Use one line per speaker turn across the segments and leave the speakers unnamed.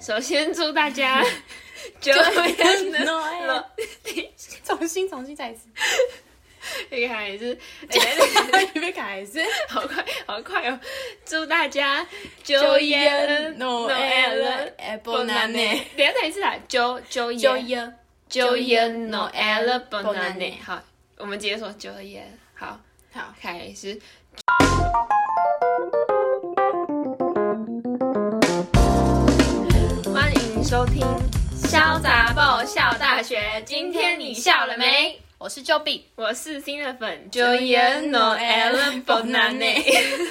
首先祝大家九
跟
月 的
no，重新重新再一 次，
这个还是哎
你被卡一 次。
好快好快哦！祝大家九月
Noel Bonane，
等一下再一次啦，九九
九
月
月
九月 Noel
Bonane
Bonane。好，我们直接说九月。好，
好，
开始。欢迎收听《潇洒爆笑大学》，今天你笑了没？
我是 Joey，
我是新的粉 Joanne Noel Bonane，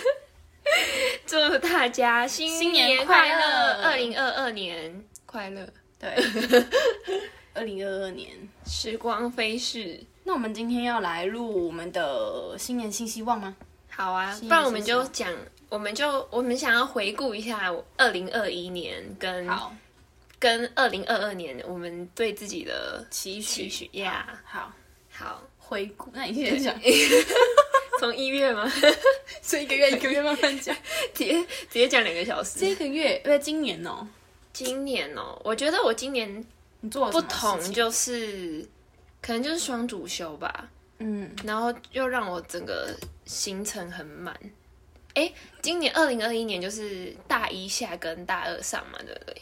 祝大家新
新
快
年快
乐，
乐
二零二二年快乐。
对， 二零二二年。
时光飞逝，
那我们今天要来录我们的新年新希望吗？
好啊，不
年
然我们
是什么
就讲，我们就我们想要回顾一下二零二一年跟
好，
跟二零二二年我们对自己的
期
期
许，
许呀。
好，
好，
回顾。那你先讲，
从一月 吗？
这一个月一个月慢慢讲。
直接直接讲两个小时。
这个月，呃，今年哦，
今年哦，我觉得我今年
你做了
不
什么
同
事情，
就是，可能就是双主修吧，
嗯，
然后又让我整个行程很满。哎，今年二零二一年就是大一下跟大二上嘛，对不对？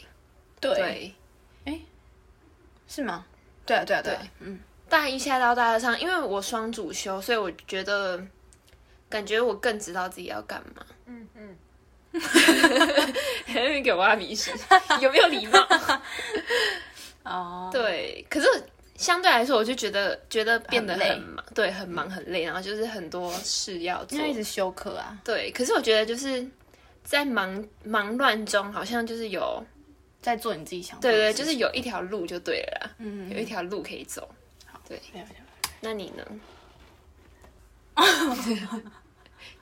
对，是吗？对啊，对啊，对啊，嗯，
大一下到大二上，因为我双主修，所以我觉得感觉我更知道自己要干嘛。
嗯嗯，
还 有给我挖鼻屎， 有没有礼貌？
哦，
对，可是相对来说，我就觉得觉得变得
很累嗯
很忙，对，很忙很累，然后就是很多事要做
因，为一直休课啊，
对，可是我觉得就是在忙忙乱中，好像就是有，
在做你自己想做
对
的
对，
事
就
情，
是有一条路就对了啦，
嗯，
有一条路可以走。
没有没有
那你 呢？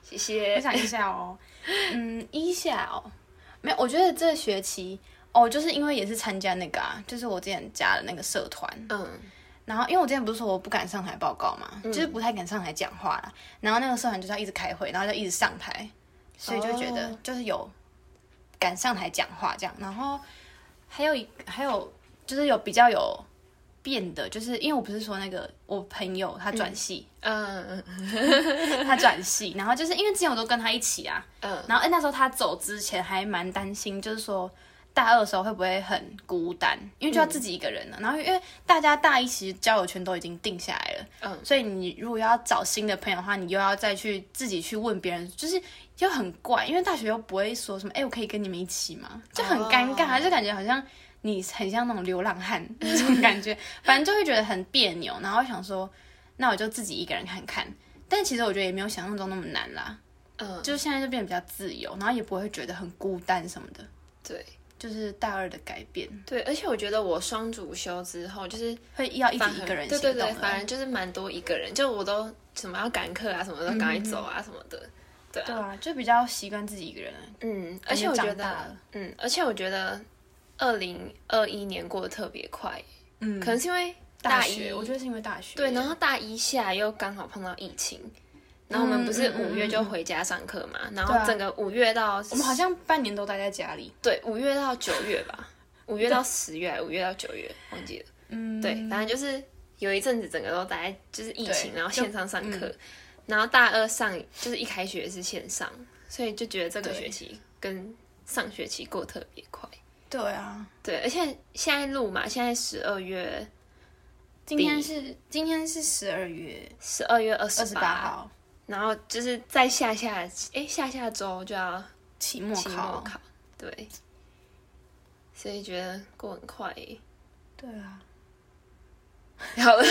谢谢
我。想一下哦，嗯，一下哦，没有，我觉得这学期哦，就是因为也是参加那个啊，就是我之前加的那个社团，
嗯，
然后因为我之前不是说我不敢上台报告嘛，就是不太敢上台讲话啦，然后那个社团就是要一直开会，然后就一直上台，所以就觉得
哦
就是有敢上台讲话这样，然后还有一还有就是有比较有变的，就是因为我不是说那个我朋友他转系，
嗯
他转系，然后就是因为之前我都跟他一起啊，
嗯
然后哎那时候他走之前还蛮担心，就是说大二的时候会不会很孤单，因为就要自己一个人了。然后因为大家大一其实交友圈都已经定下来了，
嗯
所以你如果要找新的朋友的话，你又要再去自己去问别人，就是又很怪，因为大学又不会说什么，哎、我可以跟你们一起吗？就很尴尬，就感觉好像。你很像那种流浪汉那种感觉，反正就会觉得很别扭，然后想说，那我就自己一个人看看。但其实我觉得也没有想象中那么难啦，
嗯，
就是现在就变得比较自由，然后也不会觉得很孤单什么的，
对
就是大二的改变，
对，而且我觉得我双主修之后，就是
会要一直
反而
一个人
对
行
对
动
对，
了。
反正就是蛮多一个人，就我都什么要赶课啊，什么都赶快走啊，什么的。对
对
啊，
啊，就比较习惯自己一个人。
嗯，而
感
且
觉
我觉
长大
得
了，
嗯，而且我觉得，二零二一年过得特别快，
嗯
可能是因为
大
一，
学，我觉得是因为大学。
对，然后大一下又刚好碰到疫情，然后我们不是
嗯嗯嗯
五月就回家上课嘛，然
对啊
后整个五月到我
我们好像半年都待在家里。
对五月到九月吧，五月到十月，五月到九月忘记了，
嗯，
对，反正就是有一阵子整个都待在就是疫情，
对
然后线上上
就
课，然后大二上就是一开学是线上，所以就觉得这个
对
学期跟上学期过得特别快。
对啊。
对，而且现在录嘛，现在十二月
今天是今天是十二月
十二月二
二
十
十八
八，
号，
然后就是在下下哎下下周就要
期末
期末
考。
考，对，所以觉得过很快耶。
对啊，
好了，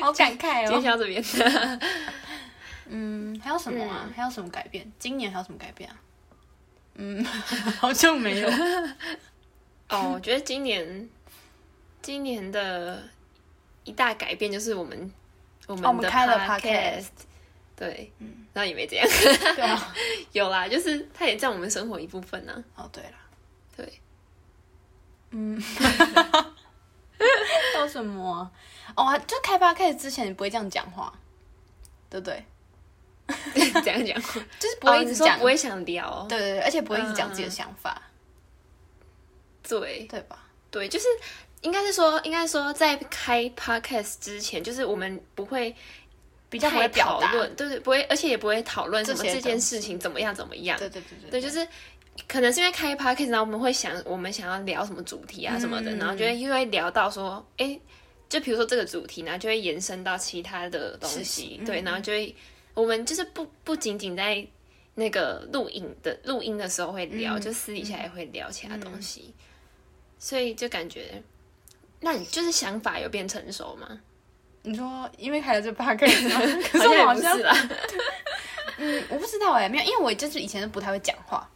好感
今天
慨哦。
先到这边。
嗯，还有什么啊？还有什么改变？今年还有什么改变啊？嗯， 好像没有。
哦，我觉得今年今年的一大改变就是我们我
哦我
们
们
的
开了嗯
podcast，对，然后也没这样，
对啊。
有啦，就是它也占我们生活一部分啊呢。
哦，对了，
对，
叫什么啊？哦，还就开 p 开 d 之前你不会这样讲话，对不对？
这样讲，
就是不会一
哦你
直
说
讲，
不会想聊，嗯
对对对，而且不会一直讲自己的想法。
对
对吧？
对，就是应该是说，应该说在开 podcast 之前，就是我们不会
比
比
较不会表
讨
达。
论，对对，不会，而且也不会讨论什么
这些
这件
东
事情怎么样怎么样。
对对对对
对，就是可能是因为开 podcast，然后我们会想我们想要聊什么主题啊什么的，
嗯
然后就会因为聊到说，哎，就比如说这个主题，然后就会延伸到其他的东
事
西
情，嗯
对，然后就会我们就是不不仅仅在那个录影的录音的时候会聊，
嗯
就私底下也会聊其他东西，所以就感觉。那你就是想法有变成熟吗？
你说因为开了这 p o d c 可是
像
我好
也
像
不是 啦。
嗯，我不知道哎、没有，因为我就是以前都不太会讲话，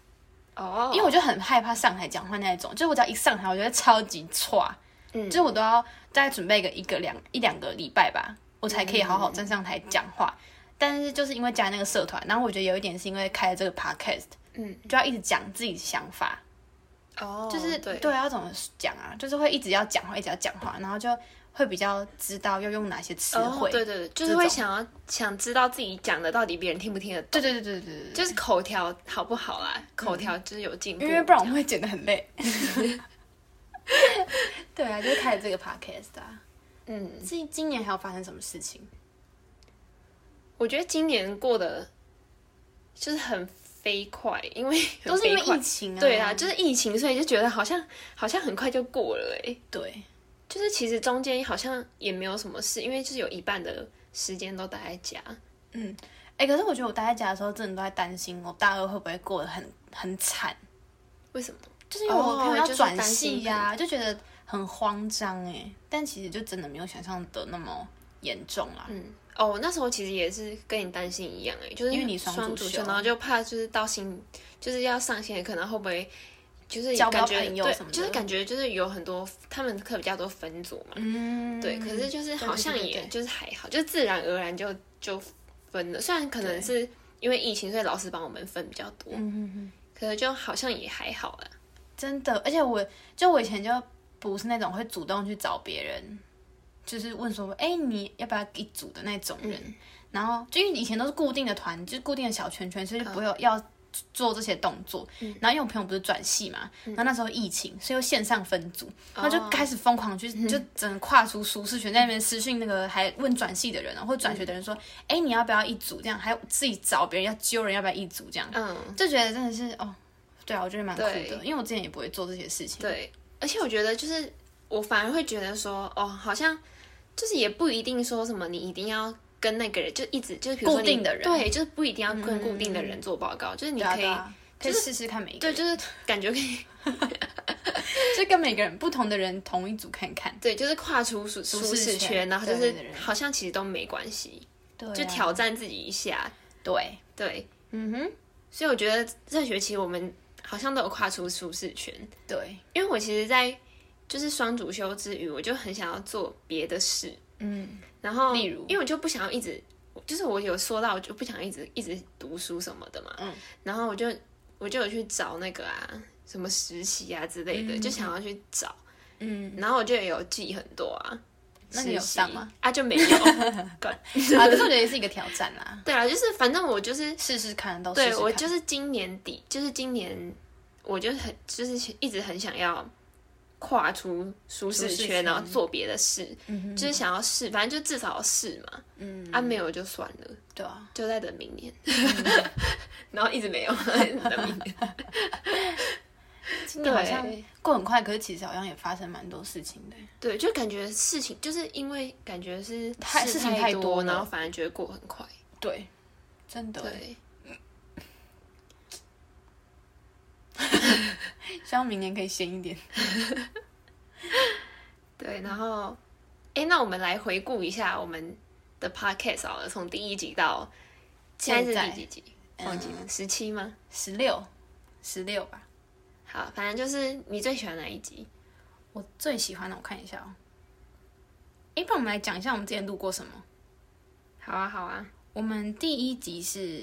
哦，
因为我就很害怕上台讲话那一种，就是我只要一上台，我觉得超级差，
嗯
就是我都要大概准备个一个两一两个礼拜吧，我才可以好好站上台讲话。但是就是因为加那个社团，然后我觉得有一点是因为开了这个 podcast，
嗯，
就要一直讲自己的想法，
哦，
就是、
对，
对啊，要怎么讲啊？就是会一直要讲话，一直要讲话，然后就会比较知道要用哪些词
哦，
汇。
对对对，就是
这
会
种
想要想知道自己讲的到底别人听不听得懂，
对对对对对对对
就是口条好不好啦，口条就是有进步，
因为不然我们会剪得很累。 对啊，就是开了这个 podcast 啊。
嗯，
今今年还有发生什么事情？
我觉得今年过得就是很飞快，因为
都是因为
很飞快
疫情啊。
对啊，，就是疫情，所以就觉得好像好像很快就过了哎、
对，
就是其实中间好像也没有什么事，因为就是有一半的时间都待在家，
哎、可是我觉得我待在家的时候，真的都在担心我大二会不会过得很很惨，
为什么？
就是因为我
哦
可能要
就是
转
担心
系呀、就觉得很慌张哎、但其实就真的没有想象的那么严重啦。
嗯，哦，那时候其实也是跟你担心一样哎、就是
因为你
双
双主
主
修
然后就怕就是到新就是要上线，可能会不会就是
交不
感
到
觉
朋友
对
什么的
就是感觉就是有很多他们课比较多分组嘛，
嗯，
对，可是就是好像
对对对
也
对
就是还好，就自然而然就就分了，虽然可能
对
是因为疫情，所以老师帮我们分比较多，
嗯嗯嗯，
可是就好像也还好啦。
真的，而且我就我以前就不是那种会主动去找别人，就是问说，哎、你要不要一组的那种人。然后就因为以前都是固定的团，就是固定的小圈圈，所以就不会有要做这些动作。然后因为我朋友不是转系嘛，然后那时候疫情，所以又线上分组，然后就开始疯狂去，就整个跨出舒适圈，在那边私讯那个还问转系的人啊，或转学的人说，哎、你要不要一组这样？还有自己找别人要揪人要不要一组这样。
嗯，
就觉得真的是哦，对啊，我觉得蛮酷
对
的，因为我之前也不会做这些事情。
对，而且我觉得就是我反而会觉得说，哦，好像就是也不一定说什么你一定要跟那个人就一直就是比如说你
固定的人
对，就是不一定要跟固定的人做报告，就是你
对啊，
可
对
以。
啊，可以试试看每一个
对，
人，
就是感觉可以，
就跟每个人不同的人同一组看看，
对，就是跨出舒
舒
舒
适
适
圈
圈，然后就
对
是
对对对
好像其实都没关系，
对啊
就挑战自己一下，
对，
对，
嗯哼，
所以我觉得这学期我们好像都有跨出舒适圈，
对，
因为我其实，在就是双主修之余，我就很想要做别的事，
嗯，
然后，
例如
因为我就不想要一直，就是我有说到，我就不想一直一直读书什么的嘛。
嗯。
然后我就我就有去找那个啊，什么实习啊之类的，就想要去找。
嗯，
然后我就也有记很多啊。
那你有
实习
上吗？
啊，就没有。 干
啊，可是我觉得也是一个挑战啦，
对啊，就是反正我就是，
试试看，都试试
对
看。
我就是今年底，就是今年，我就很就是一直很想要。跨出舒适
舒适
圈，
圈
然后做别的事，
嗯哼，
就是想要试，反正就至少试嘛。
嗯，
啊，没有就算了。
对啊，
就在等明年， 然后一直没有等明年。
今年好像
对
过很快，可是其实好像也发生蛮多事情的。
对，就感觉事情就是因为感觉是
太
事
事情
太
太多了
然后反而觉得过很快。
对，真的。
对，
希望明年可以闲一点。
对，然后，哎，那我们来回顾一下我们的 podcast 好了，从第一集到现在嗯是第几集？忘记了，十七吗？
十六，十六吧。
好，反正就是你最喜欢哪一集？
我最喜欢的，我看一下哦。哎，不然我们来讲一下我们之前录过什么。
好啊，好啊，
我们第一集是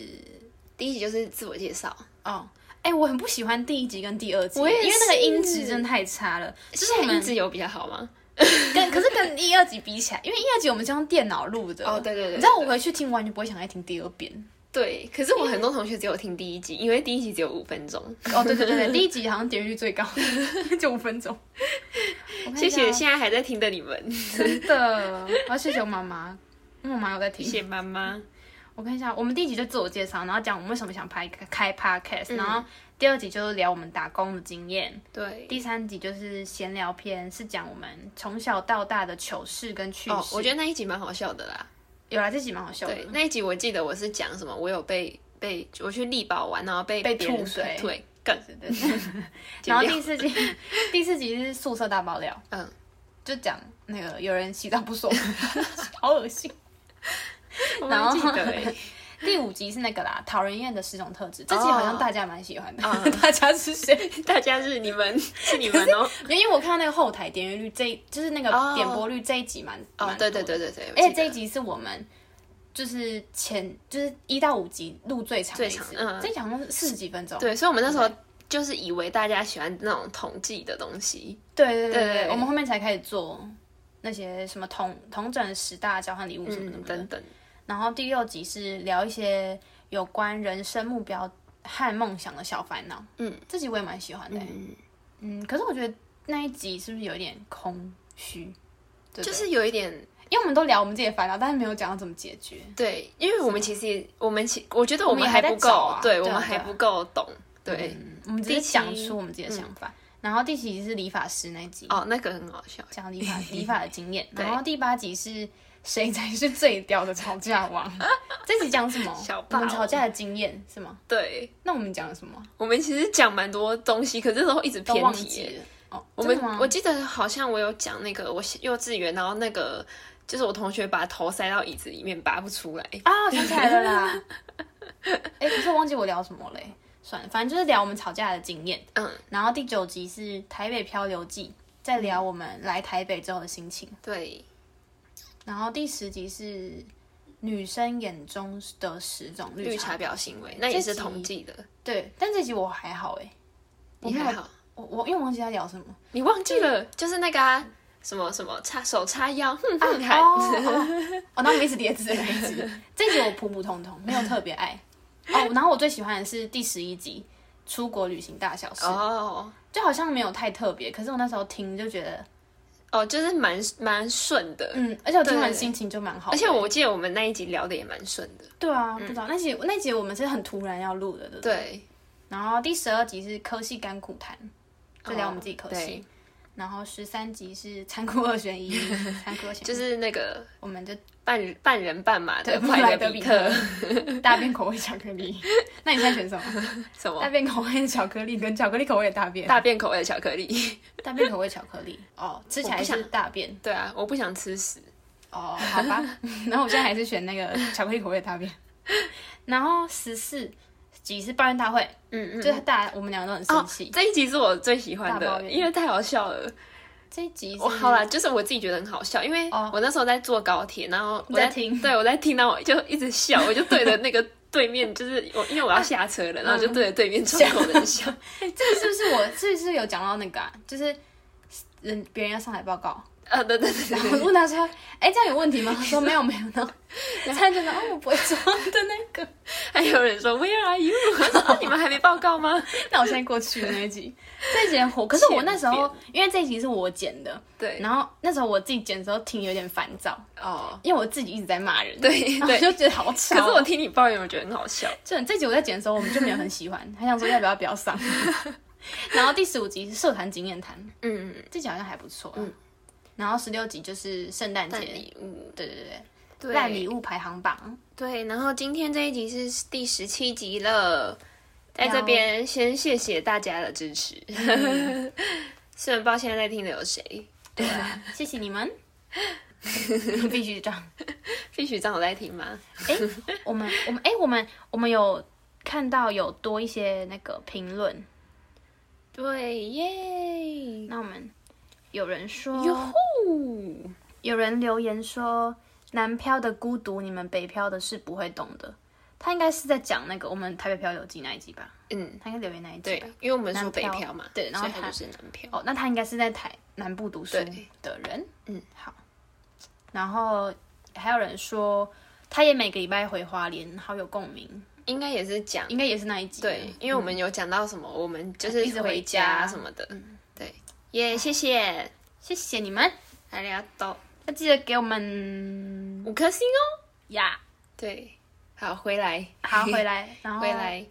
第一集就是自我介绍，
哦，哎，我很不喜欢第一集跟第二集，
我也
因为那个
是
音质真的太差了。 就是我
现在音
们
质有比较好吗？
跟可是跟第二集比起来，因为第二集我们是用电脑录的
哦对对对
你知道我回去听完全不会想再听第二遍，
对，可是我很多同学只有听第一集，因为第一集只有五分钟。
哦，对对对对，第一集好像点阅率最高， 就五分 钟。
谢谢现在还在听的你们，
真的，我要谢谢我妈妈，因为我妈有在听。
谢谢妈妈。
我看一下，我们第一集就自我介绍，然后讲我们为什么想拍开 podcast，、然
嗯
后第二集就是聊我们打工的经验，
对，
第三集就是闲聊篇，是讲我们从小到大的糗事跟趣事。
哦，我觉得那一集蛮好笑的啦。
有啦，这集蛮好笑的。
对，那一集我记得我是讲什么，我有被被我去力宝玩，然后被
被
别人
吐水
对，更
对对对。 然后第四集， 第四集是宿舍大爆料，
嗯，
就讲那个有人洗澡 不爽，好恶心。然
然
后
记得 哎，
第五集是那个啦，讨人厌的十种
哦
特质，这集好像大家蛮喜欢的。
嗯
大家是谁？
大家是你们是你们哦，
因为我看到那个后台点阅率这一，就是那个
哦
点播率这一集蛮
哦，
蛮
对
多
对
的
对对对，
而且
哎，
这一集是我们就是前就是一到五集录最长的一次，
最长嗯
这一集好像是四十几分钟。
对，所以我们那时候就是以为大家喜欢那种统计的东西，
对对对
对
对
对
对，我们后面才开始做那些什么同同整十大交换礼物什么什
嗯，
么的。
等等，
然后第六集是聊一些有关人生目标和梦想的小烦恼。
嗯，
这集我也蛮喜欢的欸、
嗯，
嗯可是我觉得那一集是不是有一点空虚？对不对
就是有一点
因为我们都聊我们自己的烦恼，但是没有讲到怎么解决。
对，因为我们其实我们其我觉得
我
我
们
们
也
还
还在
不
找
够
啊，
对
对啊
我们
对
还
啊
不够懂，对，
嗯，我们只
第
是
七
讲出我们自己的想法。然后第七集是理发师那一集，
哦，那个很好笑，
讲理 发理发的经验。
对
然后第八集是谁才是最屌的吵架 王？这集讲什么
小？
我
霸王
们吵架的经验是吗？
对
那我们讲了什么？
我们其实讲蛮多东西，可是都一直
都
偏
忘
题
记
耶。
了。哦，
我
真
们
的吗
我记得好像我有讲那个我幼稚园，然后那个就是我同学把头塞到椅子里面拔不出来，
啊，我想起来了啦。哎、可是我忘记我聊什么嘞。算了，反正就是聊我们吵架的经验。
嗯，
然后第九集是《台北漂流记》，
嗯
在聊我们来台北之后的心情。
对，
然后第十集是女生眼中的十种绿
绿茶
茶。
婊行为，那也是
这集
统计的，
对，但这集我还好哎、我
你
没有
还好？
我我因为我忘记在聊什么。
你忘记了？就是那个、啊、什么什么叉手叉 腰，哼哼
哦
喊，
哦，哦那我们一直叠字，一直叠字这集我普普通通，没有特别爱。哦，然后我最喜欢的是第十一集《出国旅行大小事》
哦
就好像没有太特别，可是我那时候听就觉得，
哦，就是蛮蛮顺的，
嗯，而且我听
对
完心情就蛮好的
而且我记得我们那一集聊的也蛮顺的，
对啊，不知道那集那集我们是很突然要录的，对不对？
对，
然后第十二集是科系甘苦谈，就聊我们自己科
哦
系。
对
然后十三集是残酷二选一， 残酷二选一，
就是那个
我们就
半半人半马的
对布
快
莱
乐
德比
特
特大便口味巧克力。 那你现在选 什么？
什么
大便口味的巧克力跟巧克力口味的大便？
大便口味的巧克力，
大便口味巧克力哦，吃起
我不
来
想
是大便
对啊，我不想吃屎，
哦，好吧。 然后我现在还是选那个巧克力口味的大便。 然后十四集是抱怨大会，
嗯嗯。
就是大我们两个都很生气。
这一集是我最喜欢
大抱
的，
怨
因为太好笑了。嗯
这一集是
我哦好啦，就是我自己觉得很好笑，因为
哦
我那时候在坐高铁，然后我
你在 听
对我在听，到我就一直 笑，我就对着那个对面，就是我因为我要下车了，然后我就对着对面窗口的人嗯笑。
这个是不是我是不是有讲到那个啊？就是人别人要上台报告，
啊，对对对
然后我 问他说：“哎、这样有问题吗？”他说：“没有没有。” 然后他就说：“哦，我不会做 的那个。
还有人说 Where are you？我说啊你们还没报告吗？”
那我现在过去的那一集， 这一集很火。可是我那时候因为这一集是我剪的，
对，
然后那时候我自己剪的时候听有点烦躁，
哦，
因为我自己一直在骂 人，
对
然后
对。
我就觉得好吵
可
哦。
是我听你抱怨，我觉得很好笑。
这这集我在剪的时候，我们就没有很喜欢，还想说要不要不要 上。然后第十五集是社团经验谈，
嗯，
这集好像还不错、嗯，然后十六集就是圣诞节
烂，礼物，
对对对对，
对
烂礼物排行榜。
对，然后今天这一集是第十七集了，在这边先谢谢大家的支持。
嗯
虽然不知道现在在听的有谁，
对啊， 谢谢 你们，必须这样。
必须张有在听吗？
我们我们哎、我们我们有看到有多一些那个评论，
对耶，
那我们有人
哟
说，
吼！
有人留言说，南漂的孤独，你们北漂的是不会懂的。他应该是在讲那个我们台北漂流记那一集吧？
嗯，
他应该留言那一集
对
吧？，
因为我们说
南
北
漂
漂嘛，
对然后
所以它
它
就是南漂。
哦，那他应该是在台南部读书
对
的人。
嗯，
好。然后还有人说，他也每个礼拜回花莲，好有共鸣，
应该也是讲
应该也是那一集。
对，，因为我们有讲到什么，我们就是
嗯一直回
回家
家嗯
什么的，对，耶、谢谢，
谢谢你们，
大家都
那记得给我们
五颗星哦，
呀，
对，好，回来，
好回来， 然后
回来，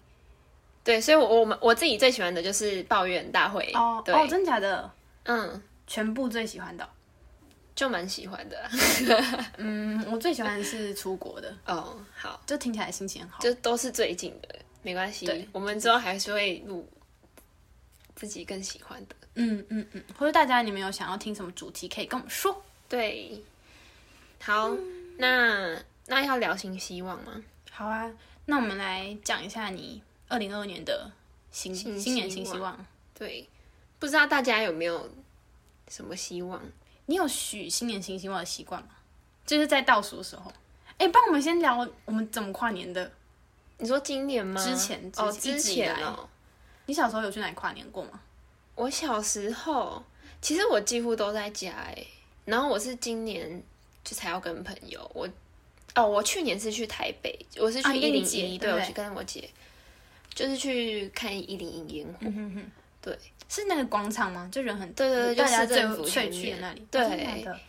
对，所以我我们我自己最喜欢的就是抱怨大会，
哦
对，
哦，真的假的？
嗯，
全部最喜欢的哦，
就蛮喜欢的，
嗯，我最喜欢的是出国的，
哦，好，
就听起来心情很好。
就都是最近的，没关
对
系，我们之后还是会录自己更喜欢的，
嗯嗯嗯，或者大家你们有想要听什么主题，可以跟我们说。
对，好，
嗯
那那要聊新希望吗？
好啊，那我们来讲一下你二零二二年的新
新
新年
希
新希
望
望。
对，不知道大家有没有什么希望？
你有许新年新希望的习惯吗？就是在倒数的时候。哎，帮我们先聊我们怎么跨年的。
你说今年吗？
之前
哦，
之
之
一直以
前
来
哦，
你小时候有去哪里跨年过吗？
我小时候其实我几乎都在家哎，然后我是今年就才要跟朋友，我哦，我去年是去台北，我是
啊
去
你
一
跟
零
你姐
一，
对
对
不
我
对
去跟我姐，就是去看一零一烟火，
嗯是那个广场吗？就人很
对对对
大
就
家
市
最
政府
最
前
去的
面
那里。
对
哦真的假的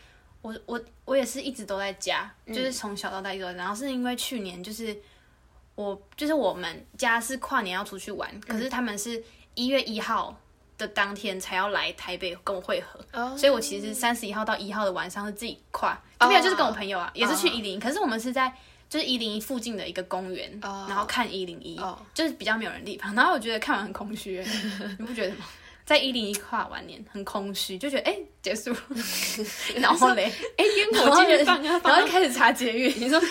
我我我也是一直都在家，
嗯
就是从小到大一直都在家。然后是因为去年就是我就是我们家是跨年要出去玩，可
嗯
是他们是一月一号的当天才要来台北跟我会合，
哦
所以我其实三十一号到一号的晚上是自己跨，就没有就是跟我朋友啊，也是去
哦
一零一，可是我们是在。就是一零一附近的一个公园
哦
然后看一零一
哦，
就是比较没有人的地方。然后我觉得看完很空虚，欸你不觉得吗？在一零一跨完年很空虚，就觉得哎、结 束了，然后嘞，
哎，烟
然
火
后
今
就
天放啊放
然
啊
后就，开始查节育，你说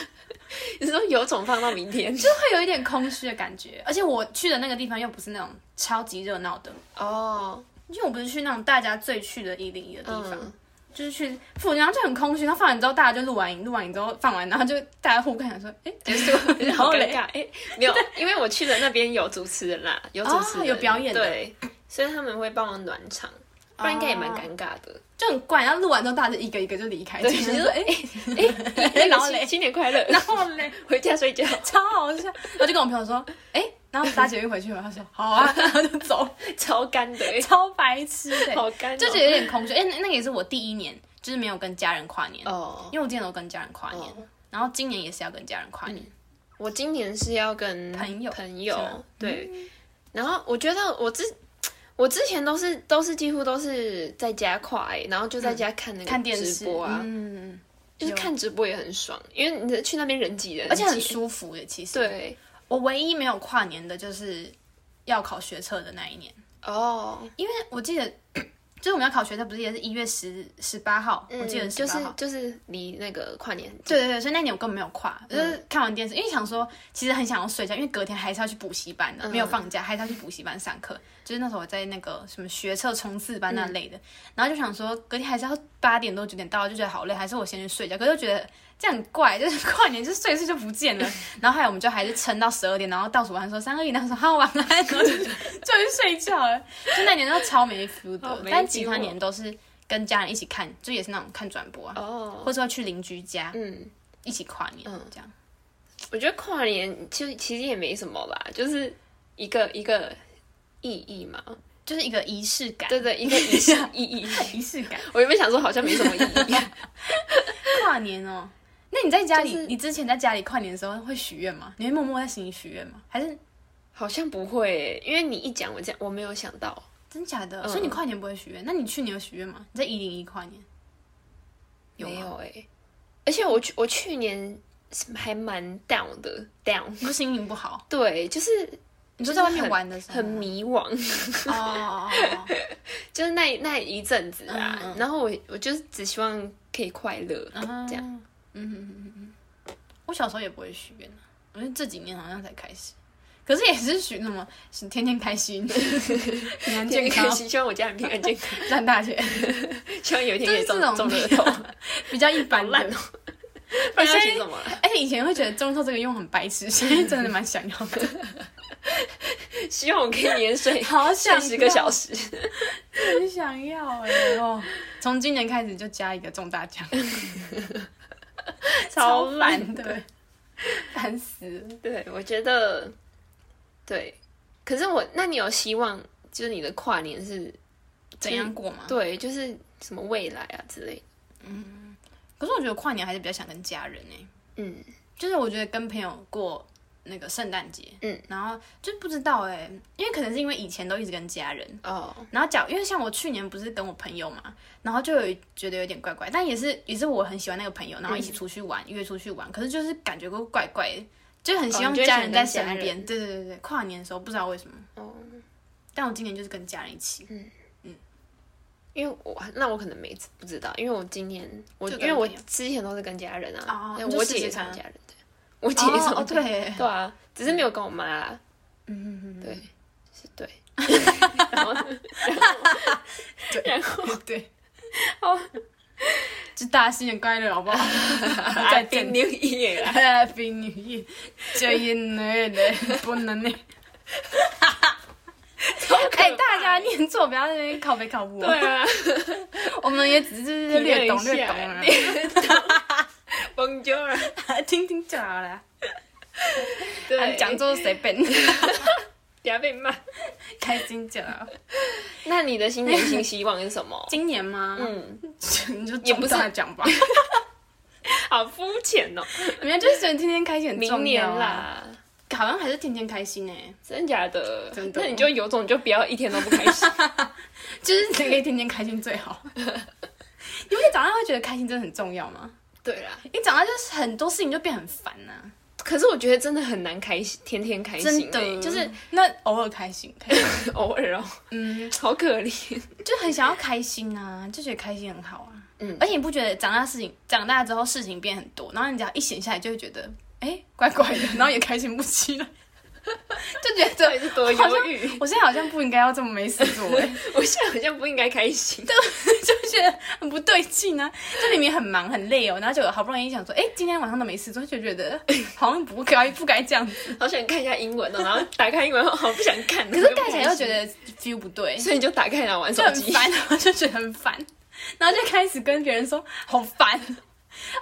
你说有种放到明天
就会有一点空虚的感觉。而且我去的那个地方又不是那种超级热闹的，
哦，
因为我不是去那种大家最去的一零一的地方，
嗯
就是去附近，然后就很空虚。然后放完之后，大家就录完影，录完影之后放完，然后就大家互看，想说哎、结束 了，然后
好尴
嘞，
尬哎，没有，因为我去的那边有主持人啦，有主持
哦
人
有表演的
对，所以他们会帮我暖场，不然应该也蛮尴尬的。
就很怪。然后录完之后，大家就一个一个就离开，就是 说哎，
哎
然后嘞
新新年快乐，
然后嘞。
回家睡觉。
超好笑。我就跟我朋友说，哎、然后搭捷运回去嘛，他说好啊，然后就走，
超干的、欸，
超白痴的、
好干、哦，
就觉得有点空虚。哎、那那个也是我第一年，就是没有跟家人跨年，
哦。
因为我之前都跟家人跨年，
哦
然后今年也是要跟家人跨年。
嗯我今年是要跟
朋友
朋
是
友
吗嗯
对，然后我觉得我之我之前都是都是几乎都是在家跨、欸，然后就在家看那
嗯看
个
电
直
视
播啊，
嗯，
就是看直播也很爽，因为你去那边人挤人，
而且很舒服的。其实，，
对
我唯一没有跨年的就是要考学测的那一年，
哦，
因为我记得 就是我们要考学测，不是也是一月十十八号，我记得
嗯就
18
是
号
就是离那个跨年很近
对对对，所以那年我根本没有跨，
嗯
就是看完电视，因为想说其实很想要睡觉，因为隔天还是要去补习班的，
嗯
没有放假，还是要去补习班上课。就是那时候我在那个什么学测冲刺班那
嗯
类的，然后就想说隔天还是要八点多九点到，就觉得好累，还是我先去睡觉。可是又觉得这样很怪，就是跨年就睡一睡就不见 了。然后后来我们就还是撑到十二点，然后倒数完说三二一，然后说好晚安，然后 就就去睡觉了。就那年都超没 feel
好
的，
没
但其他
feel 哦
年都是跟家人一起看，就也是那种看转播啊，
哦，
或者说去邻居家。
嗯，
一起跨年，这样
我觉得跨年其实其实也没什么吧，就是一个一个意义嘛，
就是一个仪式感，
对对，一个 仪式意义。
仪式感。
我原本想说好像没什么意义，
跨年 哦，那你在家里，
就是
你之前在家里跨年的时候会许愿吗？你会默默在心里许愿吗？还是
好像不会耶，因为你一讲我这样，我没有想到。
真假的？
嗯
所以你跨年不会许愿？那你去年有许愿吗？你在一零一跨年有
没
吗？
有哎、而且我去我去年是还蛮 down 的 down，
你说心情不好，
对，就是
你说在外面玩的时候
很迷惘，
哦哦哦哦，哦
就是那那一阵子啊。
嗯嗯
然后我我就是只希望可以快乐、
嗯
这样。
嗯嗯嗯嗯嗯，我小时候也不会许愿啊，我觉得这几年好像才开始，可是也是许那么许天天开 心，平安健 康，
希望我家人平安健康，
上大学。
希望有一天可以中
就是这种
中乐透，
比较一般
烂
的。
哦。不然要写什么了？
而且以前会觉得中透这个用很 白痴，现在真的蛮想要的，
希望我可以年睡
好
睡十个小
时，
时。
很想要哎哦！从今年开始就加一个中大奖，
超懒的
对烦死了。
对，我觉得对。可是我，那你有希望，就是你的跨年是
怎样过嘛？
对，就是什么未来啊之类的。
可是我觉得跨年还是比较想跟家人哎、
嗯，
就是我觉得跟朋友过那个圣诞节，
嗯，
然后就不知道哎、因为可能是因为以前都一直跟家人，
哦，
然后假因为像我去年不是跟我朋友嘛，然后就有觉得有点怪怪，但也是也是我很喜欢那个朋友，然后一起
嗯
出去玩，约出去玩，可是就是感觉过怪怪的，就很
哦
希望
你就会
家人在身
想跟家
边。对对对对，跨年的时候不知道为什么，
哦，嗯
但我今年就是跟家人一起，
因为我那我可能没不知道，因为我今年我
就
因
跟
为我
朋友
之前都是跟家人啊
哦，
但
你就
我
试
姐
试
也是
看
跟
啊
家人，对，我姐也是
哦哦
跟家人
对
对啊，只是没有跟我妈啦，
嗯嗯
对，是对，然后
对
然后
嗯，对，
好，
祝大家新年快乐，好 不 好哎
在冰溜一眼啊，
？Happy New Year，这一年嘞不能嘞。 哎、大家念错，不要在那边靠背靠步。
对，啊，
我们也只是 略懂略 懂啊。
崩啾了，
听听就好了。啊
对，
讲座随 便，
等下被骂。
开心就好。
那你的新年新希望是什么？
今年吗？
嗯，
你就
也不
中
是
大奖 吧。
好肤浅哦。
没有，就是觉得天天开心很重要、啊。
明年，啦，
好像还是天天开心哎、
真假的？
真的
那你就有种就不要一天都不开心。
就是可以天天开心最 好。因为长大会觉得开心真的很重要吗？
对啦，
一长大就是很多事情就变很烦啊呐、
可是我觉得真的很难开心，天天开心、
真
欸
的。
就是
那偶尔开心，开心
偶尔哦，
嗯，
好可怜。
就很想要开心啊，就觉得开心很好啊。
嗯
而且你不觉得长大事情长大之后事情变很多，然后你只要一闲下来就会觉得，哎、怪怪的，然后也开心不起来， 就觉
到底
得
是多
好像
忧郁？
我现在好像不应该要这么没事 做、哎，
我现在好像不应该开心。
就觉得很不对劲啊。就明明很忙很累哦，然后就好不容易想说，哎、今天晚上都没事做，就觉得 好像不该不该这样子，
好想看一下英文哦，然后打开英文后 好不想看。
可是看起来又
又
觉，得 feel 不对，
所以你就打开来玩手
就很
机。
烦，然 后就觉得很烦，然后就开始跟别人说好烦。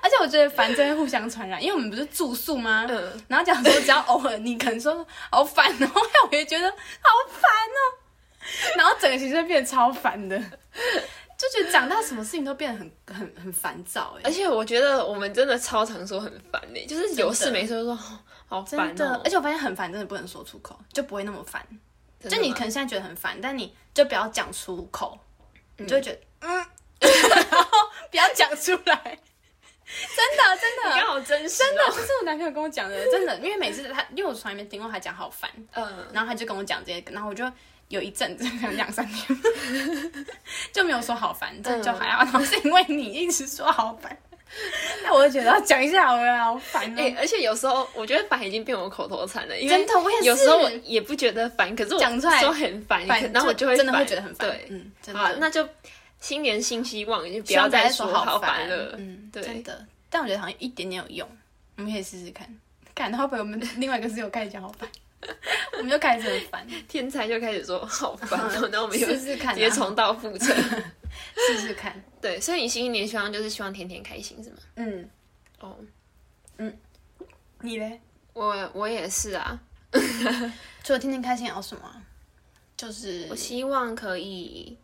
而且我觉得烦真的互相传染，因为我们不是住宿吗？
嗯
然后讲说只要偶尔你可能说好烦，哦 然后我也觉得好烦哦，然后整个其实变得超烦的，就觉得长大什么事情都变得很很很烦躁
而
哎，
且我觉得我们真的超常说很烦呢、就是有事没事就说哦好
真
烦
的
哦、。
而且我发现很烦真的不能说出口，就不会那么烦。
真的
就你
吗
可能现在觉得很烦，但你就不要讲出口，你就会觉得嗯， 然后不要讲出来。真的，真
你刚
的，
好真实、啊
真的，这是我男朋友跟我讲的，真的，因为每次他，因为我从来没听过他讲好烦，
真的，嗯，
然后他就跟我讲这些，然后我就有一阵子，可能两三 天就没有说好烦，这就还好，然后是因为你一直说好烦，那我就觉得要讲一下好了，好烦哦、
哎、而且有时候我觉得烦已经变我口头禅了，因为
真的，我也是，
有时候我也不觉得烦，可是我
讲出来
说很烦，
烦
可然后我就会
真的会觉得很烦，
对，
嗯，真的
好，那就新年新希望，就不
希望
要
大家
说
好
烦了。
嗯，
对
真的。但我觉得好像一点点有用，我们可以试试看。看，会不会我们 另外一个室友开始讲好烦， 我们就开始很烦，
天才就开始说好烦哦，那我 们就
试
直
试看、啊，
接重蹈覆辙。
试试看。
对，所以你新年希望就是希望天天开心，是吗？
嗯，
哦，
你嘞？
我我也是啊，
除了天天开心，还有什么啊？就是
我希望可以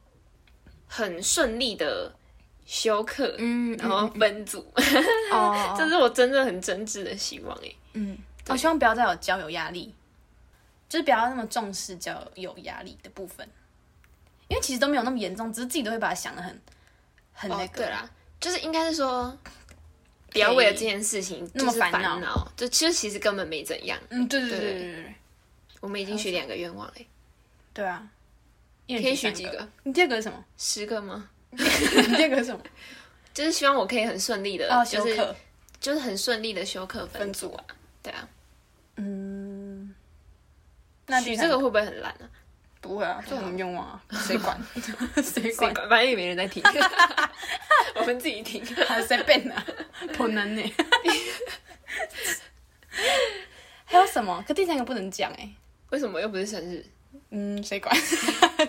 很顺利的休课，
嗯，
然后分组，
哦，
啊这是我真的很真挚的希望哎。
嗯，我希望不要再有交友压力，就是不要那么重视交友压力的部分，因为其实都没有那么严重，只是自己都会把它想的很很那
哦，对
个。
啦，就是应该是说。不要为了这件事情
那么
就是
烦恼
恼，就其实其实根本没怎样。
嗯，对对对
对
对对对
我们已经许两个愿望了，
对啊！一人
可以许
三
几个？
你第二个是什么？
十个吗？
你第二个是 什么？
就是希望我可以很顺利的，
哦，
就
休
是
克。
就是很顺利的休克分组啊，对啊。
嗯，那
许
第
这
三
个会不会很烂啊？
不会啊，这我们愿望 啊，谁管？谁
谁
管？
管反正也没人在 听，我们自己听。
还随便 啊，不能呢。还有什么？可第三个不能讲哎、
为什么又不是生日？
嗯，谁管？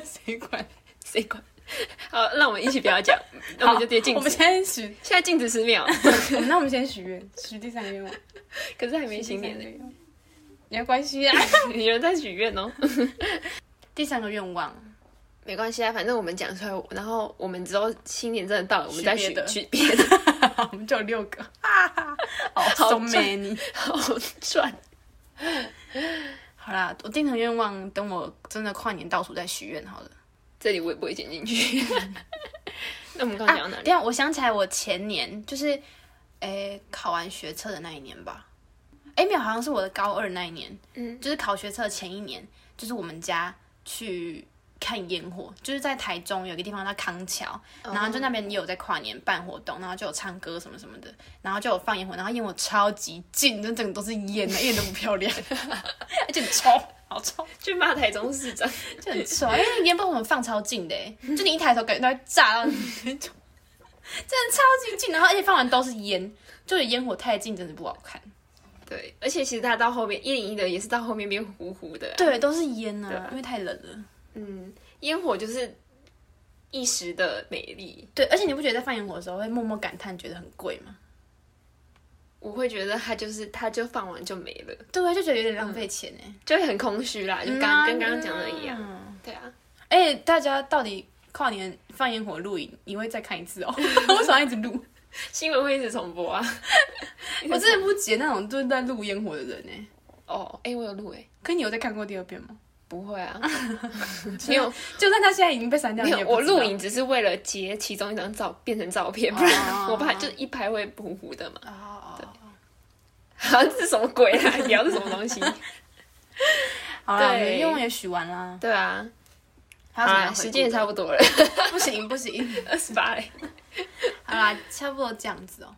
谁管？
谁管？好，让我们一起不要 讲，那我们就直接静
我们
止。
先 许，
现在静止十秒，
那我们先许愿，许第三 个愿望，
可是还没新年呢，
呢，没关系啊。
有人在许愿哦。
第三个愿 望，
没关系啊，反正我们讲出来，然后我们之后新年真的到了，我们再许
许别的
许别的，
我们就有六个， 好 so
赚
many。
好赚。
好啦，我定成愿望，等我真的跨年倒数再许愿好了。
这里我也不会剪进去。 那我们刚刚
啊
讲到哪，
等一
里？
下我想起来，我前年就是，诶、考完学测的那一年吧。诶、没有，好像是我的高二那一年，
嗯，
就是考学测前一年，就是我们家去看烟火，就是在台中有一个地方叫康桥，
哦
然后就那边也有在跨年办活动，然后就有唱歌什么什么的，然后就有放烟火，然后烟火超级近，就整个都是烟，一点都不漂 亮，而且很臭，好臭，
啊去骂台中市长，
就很臭，因为那烟被我们放超近的 欸，就你一抬头感觉它会炸到你那种，真的超级近，然后而且放完都是烟，就有烟火太近，真的不好看。
对，而且其实他到后面一零一的也是到后面变糊糊的啊、
对，都是烟
对
啊
啊，
因为太冷了。
嗯，烟火就是一时的美丽，
对，而且你不觉得在放烟火的时候会默默感叹，觉得很贵吗？
我会觉得它就是它就放完就没了，
对啊，就觉得有点浪费钱哎、
就会很空虚啦，就
嗯
刚
啊
跟刚刚讲的一样。
嗯
对啊，
哎、大家到底跨年放烟火录影，你会再看一次 哦？为什么要一直录？
新闻会一直重播啊。
我真的不解那种就是在录烟火的人哎。
哦，哎、我有录哎、
可你有再看过第二遍吗？
不会 啊，没有
就算他现在已经被删掉，
没
你
有
也，不
我
知道
录影只是为了截其中一张照变成照 片，不然
哦
我怕就一拍会糊糊的嘛。
哦。哦
啊，这是什么鬼啊？你聊的什么东西？
好了，我
对
们愿望也许完啦。
对啊，
还有什么
啊，时间也差不 多了，
多，不行不行。
二十八嘞。
好啦，差不多这样子哦。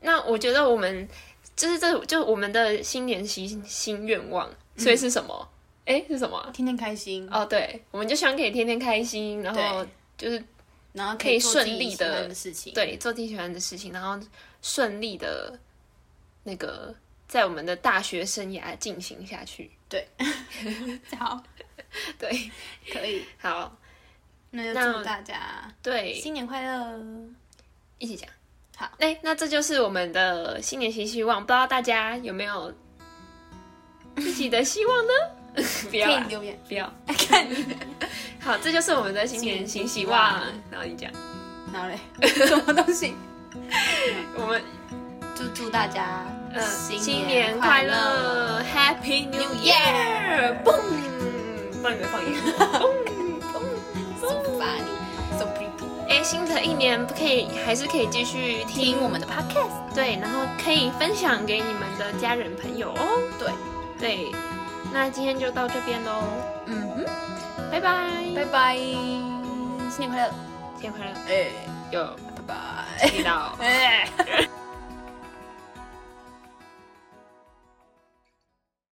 那我觉得我们就是这就我们的新年新新愿望，所以是什么？哎、是什么啊？
天天开心，
哦，对，我们就希望可以天天开心，然后
对
就是
然后
可以
做
顺
自己
利
喜
地
欢的事情。
对做自己喜欢的事情，然后顺利的那个在我们的大学生涯进行下去。
好，
对，
可以。
好，
那
那
就祝大家
对，
新年快乐。
一起讲。
好，
哎、那这就是我们的新年新希望，不知道大家有没有自己的希望呢？ 不要
可以
啊，
留言。
不 要，好，这就是我们的新年新希望。然后你讲，
然后嘞， 什么东西？
我们
就祝大家
呃新
年
年快乐，Happy New Year！嘣，帮你们放烟火。
，so funny，so pretty。
哎，新的一年不可以，还是可以继续听
听我们的 podcast，
对，然后可以分享给你们的家人朋友哦。
对，
对，那今天就到这边喽，
嗯哼，
拜拜，
拜拜，新年快乐，
新年快乐，
哎，
有
拜拜，
听到。
哎。